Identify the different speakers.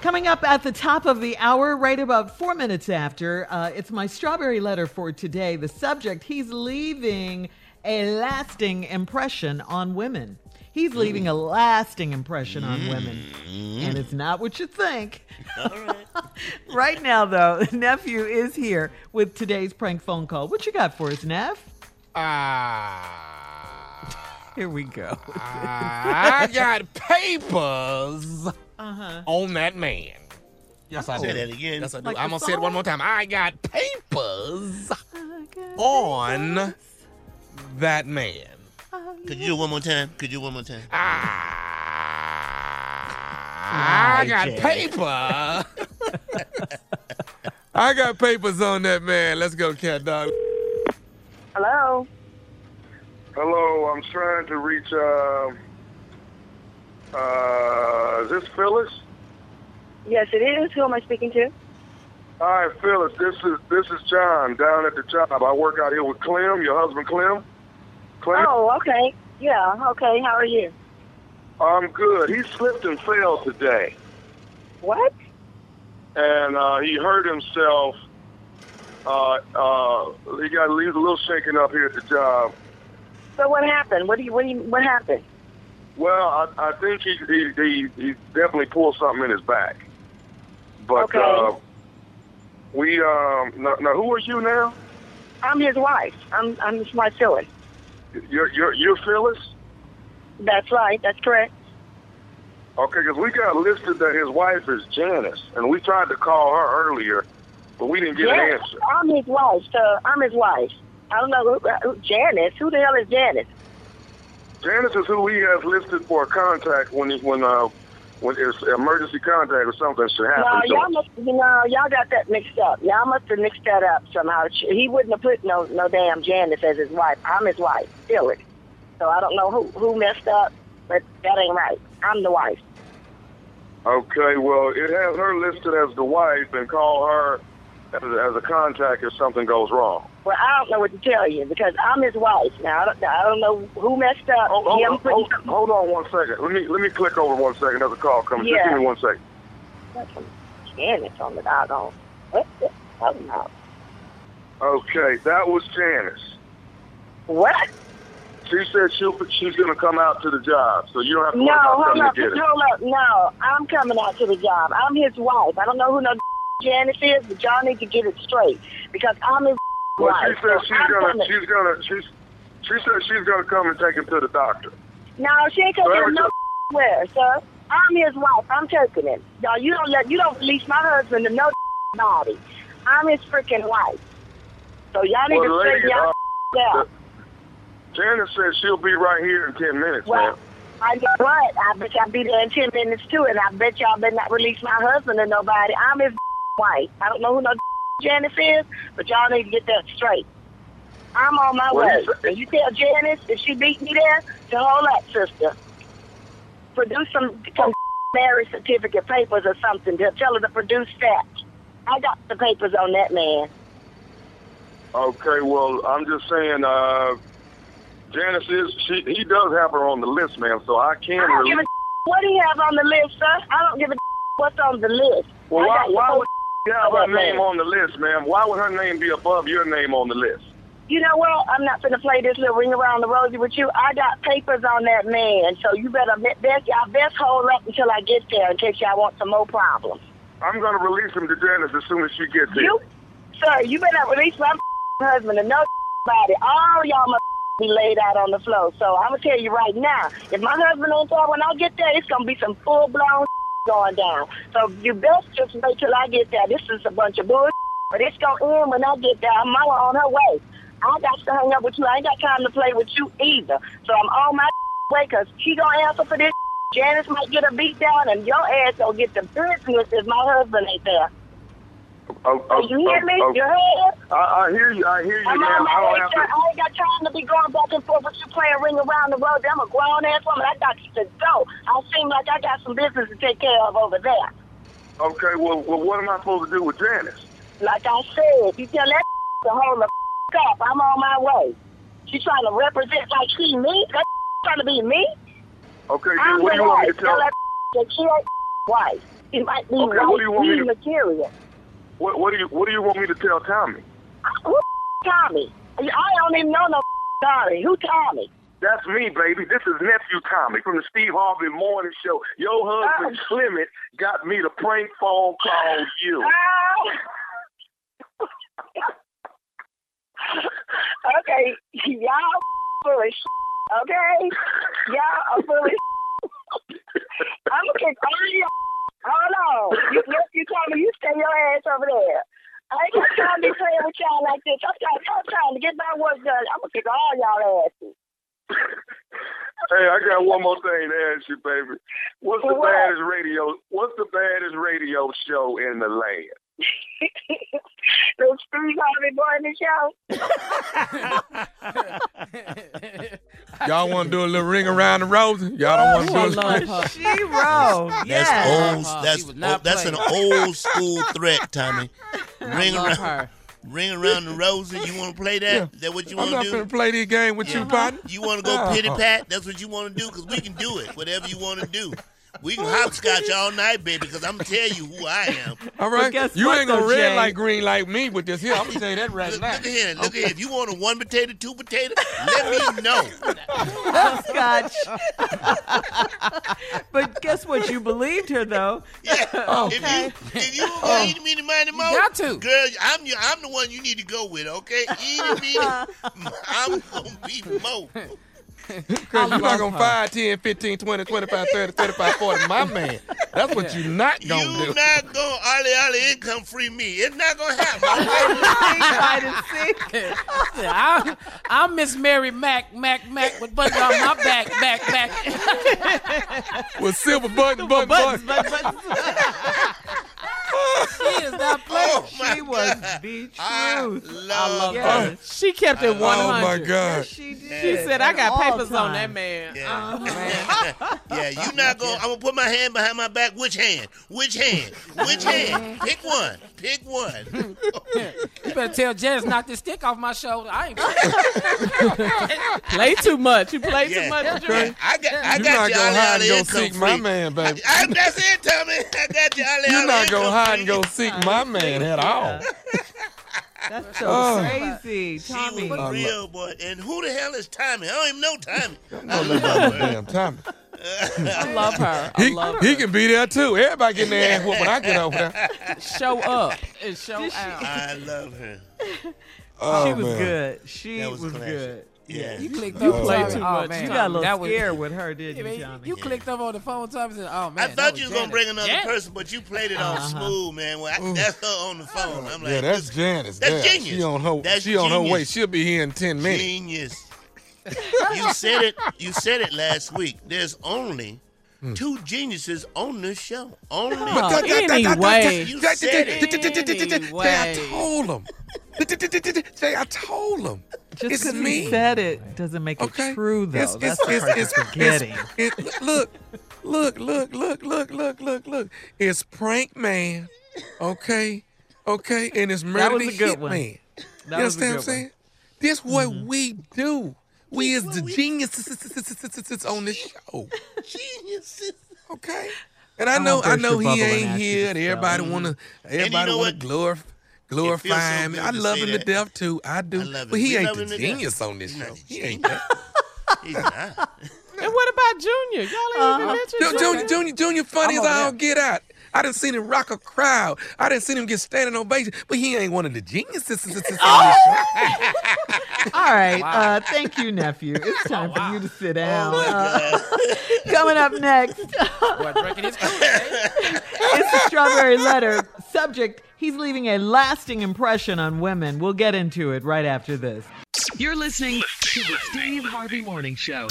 Speaker 1: Coming up at the top of the hour, right about four minutes after, uh, it's my strawberry letter for today. The subject he's leaving a lasting impression on women. He's leaving a lasting impression on women. And it's not what you think. right now, though, Nephew is here with today's prank phone call. What you got for us, Neff?
Speaker 2: Ah,
Speaker 1: Here we go.
Speaker 2: I got papers on that man. Yes, I
Speaker 3: Say
Speaker 2: do.
Speaker 3: that again.
Speaker 2: Yes, I do.
Speaker 1: Like
Speaker 2: I'm
Speaker 1: the
Speaker 2: gonna say it one more time. I got papers
Speaker 1: Uh-huh.
Speaker 2: on that man.
Speaker 3: Could you do it one more time? Could you do it one more time?
Speaker 2: Ah, I
Speaker 3: Right,
Speaker 2: got
Speaker 3: Jay.
Speaker 2: paper. I got papers on that man. Let's go, cat dog.
Speaker 4: Hello.
Speaker 5: Hello, I'm trying to reach. Uh, uh, is this Phyllis?
Speaker 4: Yes, it is. Who am I speaking to?
Speaker 5: Hi, Phyllis. This is this is John down at the job. I work out here with Clem, your husband Clem. Clem,
Speaker 4: Oh, okay. Yeah, okay. How are you?
Speaker 5: I'm good. He slipped and fell today,
Speaker 4: What?
Speaker 5: and uh, he hurt himself. Uh, uh, he got he was a little shaken up here at the job.
Speaker 4: So what happened? What do you? What do you? What happened?
Speaker 5: Well, I, I think he, he he he definitely pulled something in his back. But
Speaker 4: Okay.
Speaker 5: uh, we um now, now who are you now?
Speaker 4: I'm his wife. I'm I'm his wife, Phyllis.
Speaker 5: You're you're, you're Phyllis.
Speaker 4: That's right. That's correct.
Speaker 5: Okay, because we got listed that his wife is Janice, and we tried to call her earlier, but we didn't get an
Speaker 4: yes,
Speaker 5: answer.
Speaker 4: I'm his wife. So I'm his wife. I don't know who, uh, who Janice. Who the hell is Janice?
Speaker 5: Janice is who he has listed for contact when he, when uh when it's emergency contact or something should
Speaker 4: No,
Speaker 5: happen. to
Speaker 4: y'all
Speaker 5: him.
Speaker 4: must, you know, y'all got that mixed up. Y'all must have mixed that up somehow. She- He wouldn't have put no no damn Janice as his wife. I'm his wife, Phyllis. So I don't know who who messed up, but that ain't right. I'm the wife.
Speaker 5: Okay, well, it has her listed as the wife, and call her as a, as a contact if something goes wrong.
Speaker 4: Well, I don't know what to tell you because I'm his wife now. I don't, I don't know who messed up.
Speaker 5: Hold, hold,
Speaker 4: him
Speaker 5: hold,
Speaker 4: putting-
Speaker 5: hold, hold on one second. Let me let me click over one second. There's a call coming. Just
Speaker 4: Yeah.
Speaker 5: give me one second. oh.
Speaker 4: Janice on the doggone. What the hell? No.
Speaker 5: Okay, that was Janice.
Speaker 4: What?
Speaker 5: She said she'll, she's going to come out to the job, so you don't have to worry
Speaker 4: No,
Speaker 5: about
Speaker 4: hold
Speaker 5: coming
Speaker 4: up,
Speaker 5: to get it.
Speaker 4: hold up. No, I'm coming out to the job. I'm his wife. I don't know who no Janice is, but y'all need to get it straight because I'm his
Speaker 5: Well,
Speaker 4: wife.
Speaker 5: she said
Speaker 4: so
Speaker 5: she's
Speaker 4: I'm
Speaker 5: gonna
Speaker 4: coming.
Speaker 5: she's gonna she's she said she's gonna come and take him to the doctor.
Speaker 4: No, she ain't taking
Speaker 5: Whatever
Speaker 4: him no where, sir. I'm his wife. I'm taking him. Y'all, you don't let you don't release my husband to no body. I'm his freaking wife. So y'all need
Speaker 5: Well,
Speaker 4: to
Speaker 5: lady,
Speaker 4: straighten y'all out.
Speaker 5: Janice says she'll be right here in ten minutes,
Speaker 4: Well,
Speaker 5: ma'am.
Speaker 4: I know what. I bet y'all be there in 10 minutes too, and I bet y'all better not release my husband to nobody. I'm his wife. I don't know who no Janice is, but y'all need to get that straight. I'm on my
Speaker 5: Well,
Speaker 4: way.
Speaker 5: you said-
Speaker 4: And you tell Janice if she beat me there, to hold up, sister. Produce some, some marriage certificate papers or something. Just tell her to produce that. I got the papers on that man.
Speaker 5: Okay, well I'm just saying, uh, Janice is she he does have her on the list, m'am. So I can
Speaker 4: I don't
Speaker 5: release.
Speaker 4: give a what he have on the list, sir. I don't give a what's on the list.
Speaker 5: well,
Speaker 4: I got
Speaker 5: why
Speaker 4: the
Speaker 5: why would she have her
Speaker 4: about that.
Speaker 5: name on the list, ma'am? Why would her name be above your name on the list?
Speaker 4: you know what? I'm not gonna play this little ring around the rosy with you. I got papers on that man, so you better be- best y'all best hold up until I get there in case y'all want some more problems.
Speaker 5: I'm gonna release him to Janice as soon as she gets here.
Speaker 4: You, sir, you better not release my husband to nobody. All y'all must be laid out on the floor. So I'm gonna tell you right now, if my husband ain't there when I get there, it's gonna be some full blown going down. So you best just wait till I get there. This is a bunch of bull, but it's gonna end when I get there. I'm mama on her way. I got to hang up with you. I ain't got time to play with you either. So I'm on my way 'cause she gonna answer for this. Janice might get a beat down, and your ass gonna get the business if my husband ain't there.
Speaker 5: Oh,
Speaker 4: Oh,
Speaker 5: oh,
Speaker 4: you hear
Speaker 5: oh,
Speaker 4: me?
Speaker 5: oh.
Speaker 4: You hear?
Speaker 5: I, I hear you. I hear you,
Speaker 4: I'm
Speaker 5: ma'am.
Speaker 4: on
Speaker 5: I
Speaker 4: my way,
Speaker 5: don't have
Speaker 4: sir.
Speaker 5: to.
Speaker 4: I ain't got time to be going back and forth with you playing ring around the road. I'm a grown ass woman. I got to go. I seem like I got some business to take care of over there.
Speaker 5: Okay, well, well, what am I supposed to do with Janice?
Speaker 4: Like I said, you tell that to hold the up. I'm on my way. She trying to represent like she me. That trying to be me.
Speaker 5: Okay,
Speaker 4: I'm
Speaker 5: then what do
Speaker 4: the
Speaker 5: you want me
Speaker 4: wife.
Speaker 5: to tell?
Speaker 4: that that she ain't wife. It might be
Speaker 5: Okay, what do you
Speaker 4: white
Speaker 5: want me
Speaker 4: meat
Speaker 5: to-
Speaker 4: material.
Speaker 5: What, what do you What do you want me to tell Tommy?
Speaker 4: Who Tommy? I don't even know no Tommy. Who Tommy?
Speaker 5: That's me, baby. This is nephew Tommy from the Steve Harvey Morning Show. Your husband Clement got me to prank phone call you.
Speaker 4: Oh. okay, y'all full of shit, okay? Y'all are full of I'm gonna kick all your Hold on. You, yes, you told me you stay your ass over there. I ain't got time to be playing with y'all like this. I'm trying, I'm trying to get my work done. I'm gonna kick all y'all asses.
Speaker 5: Hey, I got one more thing to ask you, baby. What's the
Speaker 4: What?
Speaker 5: baddest radio? What's the baddest radio show in the land?
Speaker 4: Those three Harvey boy in the show.
Speaker 2: Y'all want to do a little ring around the rosy? Y'all don't
Speaker 1: Oh,
Speaker 2: want
Speaker 6: I
Speaker 2: to do
Speaker 6: love
Speaker 2: a
Speaker 6: her.
Speaker 1: She wrote.
Speaker 3: That's
Speaker 1: yes.
Speaker 3: old.
Speaker 6: Uh-huh.
Speaker 3: That's
Speaker 6: She was not
Speaker 3: oh, that's an old school threat, Tommy.
Speaker 6: I
Speaker 3: Ring
Speaker 6: love
Speaker 3: around,
Speaker 6: her.
Speaker 3: ring around the rosy. You want to play that?
Speaker 2: Yeah.
Speaker 3: Is that what
Speaker 2: I'm
Speaker 3: you want
Speaker 2: not going
Speaker 3: to do? Uh-huh.
Speaker 2: to play this game with you,
Speaker 3: Yeah.
Speaker 2: partner.
Speaker 3: You want to go pity pat? That's what you want to do? Because we can do it. Whatever you want to do. We can hopscotch all night, baby, because I'm going to tell you who I am.
Speaker 2: All right.
Speaker 1: guess
Speaker 2: you
Speaker 1: what,
Speaker 2: ain't going
Speaker 1: though,
Speaker 2: to red
Speaker 1: Jay?
Speaker 2: like green like me with this here. I'm going to tell you that right
Speaker 3: Look,
Speaker 2: now.
Speaker 3: look at here. Look at here. If you want a one potato, two potato, let me know.
Speaker 1: Scotch. but guess what? You believed her, though.
Speaker 3: Yeah.
Speaker 1: Okay.
Speaker 3: If you if you eat me the money more,
Speaker 6: got to.
Speaker 3: girl, I'm your, I'm the one you need to go with. Okay, eat me. I'm gonna be mo.
Speaker 2: Because
Speaker 6: I
Speaker 2: you're not
Speaker 6: love
Speaker 2: going to
Speaker 6: her.
Speaker 2: 5, 10, 15, 20, 25, 30, 35, 40. My man. That's what you're not
Speaker 3: You
Speaker 2: going to do.
Speaker 3: not gonna ollie ollie income free me. It's not gonna happen.
Speaker 1: Hide and seek.
Speaker 6: I'm, I'm Miss Mary Mac, Mac, Mac with buttons on my back, back, back.
Speaker 2: With silver button, button,
Speaker 1: Buttons,
Speaker 2: button.
Speaker 1: buttons, buttons.
Speaker 6: She is not playing.
Speaker 3: Oh my
Speaker 1: She was
Speaker 3: God.
Speaker 1: the truth.
Speaker 3: I love
Speaker 1: yes.
Speaker 2: her.
Speaker 6: She kept it 100.
Speaker 2: Oh, my God.
Speaker 1: Yes, she did.
Speaker 6: She said, I got
Speaker 1: All
Speaker 6: papers on that
Speaker 1: time.
Speaker 6: man.
Speaker 3: Yeah.
Speaker 6: man.
Speaker 3: yeah, you not gonna. I'm gonna put my hand behind my back. Which hand? Which hand? Which hand? Pick one. Pick one.
Speaker 6: You better tell Janice knock this stick off my shoulder. I ain't play too much. You play
Speaker 3: Yeah.
Speaker 6: too much.
Speaker 3: Yeah, I got. I
Speaker 2: You're
Speaker 3: got
Speaker 2: not
Speaker 3: you
Speaker 2: going to hide
Speaker 3: ollie
Speaker 2: and
Speaker 3: ollie
Speaker 2: go
Speaker 3: income
Speaker 2: seek my
Speaker 3: free.
Speaker 2: man, baby.
Speaker 3: I, that's it, Tommy. I got you ollie ollie.
Speaker 2: You're not going to
Speaker 3: income
Speaker 2: hide and
Speaker 3: free.
Speaker 2: go seek my man at all.
Speaker 1: That's so
Speaker 2: Oh.
Speaker 1: crazy,
Speaker 3: She
Speaker 1: Tommy.
Speaker 3: was
Speaker 2: Uh,
Speaker 3: real, boy. And who the hell is Tommy? I don't even know Tommy.
Speaker 2: I don't know about my damn Tommy.
Speaker 6: I love her. I
Speaker 2: He,
Speaker 6: love her.
Speaker 2: he can be there too. Everybody getting their ass whooped when I get over there.
Speaker 6: show up and show out.
Speaker 3: I love her.
Speaker 2: Oh,
Speaker 1: she was
Speaker 2: man.
Speaker 1: good. She
Speaker 3: That
Speaker 1: was,
Speaker 3: was classic.
Speaker 1: good.
Speaker 3: Yeah.
Speaker 6: You clicked
Speaker 2: You
Speaker 6: up.
Speaker 2: played
Speaker 6: Tommy.
Speaker 2: too
Speaker 6: Oh,
Speaker 1: much.
Speaker 6: man,
Speaker 1: You got a
Speaker 6: Tommy, that
Speaker 1: little
Speaker 6: was-
Speaker 1: scared with her, didn't
Speaker 6: Yeah,
Speaker 1: you,
Speaker 6: man,
Speaker 1: Tommy?
Speaker 6: you clicked up on the phone, Tommy, and said, "Oh man."
Speaker 3: I
Speaker 6: that
Speaker 3: thought you was gonna
Speaker 6: Janet.
Speaker 3: bring another
Speaker 6: Janet. Uh-huh.
Speaker 3: person, but you played it on smooth, man. Well, I, that's her on the phone. I'm like,
Speaker 2: yeah, that's
Speaker 3: this-
Speaker 2: Janice.
Speaker 3: that's
Speaker 2: yeah. She
Speaker 3: genius.
Speaker 2: on her.
Speaker 3: That's
Speaker 2: she on her way.
Speaker 3: genius.
Speaker 2: She'll be here in ten minutes.
Speaker 3: genius. you said it. You said it last week. There's only
Speaker 2: Hmm.
Speaker 3: two geniuses on this show. Only.
Speaker 6: Oh, anyway,
Speaker 3: You said it.
Speaker 2: Jay, I told him. Jay, I told him.
Speaker 1: Just
Speaker 2: It's
Speaker 1: 'cause he
Speaker 2: me.
Speaker 1: said it doesn't make
Speaker 2: Okay.
Speaker 1: it true, though.
Speaker 2: It's,
Speaker 1: That's
Speaker 2: it's,
Speaker 1: the
Speaker 2: it's,
Speaker 1: part
Speaker 2: it's,
Speaker 1: you're
Speaker 2: it's-
Speaker 1: forgetting.
Speaker 2: it- look, look, look, look, look, look, look, look. It's prank man. Okay, okay, and it's murder
Speaker 1: was a
Speaker 2: the
Speaker 1: good
Speaker 2: Hit
Speaker 1: one.
Speaker 2: Man.
Speaker 1: That
Speaker 2: you
Speaker 1: was a
Speaker 2: understand what I'm
Speaker 1: good one. Mm-hmm.
Speaker 2: saying? This what we do. We is the geniuses on this show.
Speaker 3: Geniuses.
Speaker 2: Okay. And I
Speaker 1: won't
Speaker 2: know, I
Speaker 1: burst
Speaker 2: know
Speaker 1: your bubble
Speaker 2: he
Speaker 1: and
Speaker 2: ain't
Speaker 1: ask you
Speaker 2: here.
Speaker 1: to
Speaker 2: And
Speaker 1: spell.
Speaker 2: everybody wanna, everybody
Speaker 3: Mm-hmm.
Speaker 2: wanna
Speaker 3: know what?
Speaker 2: glorif- glorify him.
Speaker 3: good
Speaker 2: I
Speaker 3: to
Speaker 2: love
Speaker 3: say
Speaker 2: him to
Speaker 3: that.
Speaker 2: death too. I do.
Speaker 3: I love
Speaker 2: but
Speaker 3: it.
Speaker 2: he
Speaker 3: We
Speaker 2: ain't
Speaker 3: love
Speaker 2: the
Speaker 3: him to death.
Speaker 2: genius on this
Speaker 3: He's
Speaker 2: show.
Speaker 3: not the
Speaker 2: He ain't that.
Speaker 3: He's not.
Speaker 6: And what about Junior? Y'all ain't
Speaker 1: Uh-huh.
Speaker 6: even mentioned
Speaker 2: Junior, Junior, Junior, Junior, funny
Speaker 6: I'm
Speaker 2: as
Speaker 6: over
Speaker 2: all
Speaker 6: there.
Speaker 2: get out. I done seen him rock a crowd. I done seen him get standing ovation. But he ain't one of the geniuses on this
Speaker 6: Oh!
Speaker 2: show.
Speaker 1: All right. Uh, thank you, nephew. It's time for you to sit down. Uh, coming up next,
Speaker 6: Boy, drinking his Kool-Aid.
Speaker 1: it's the strawberry letter. Subject He's leaving a lasting impression on women. We'll get into it right after this. You're listening to the Steve Harvey Morning Show.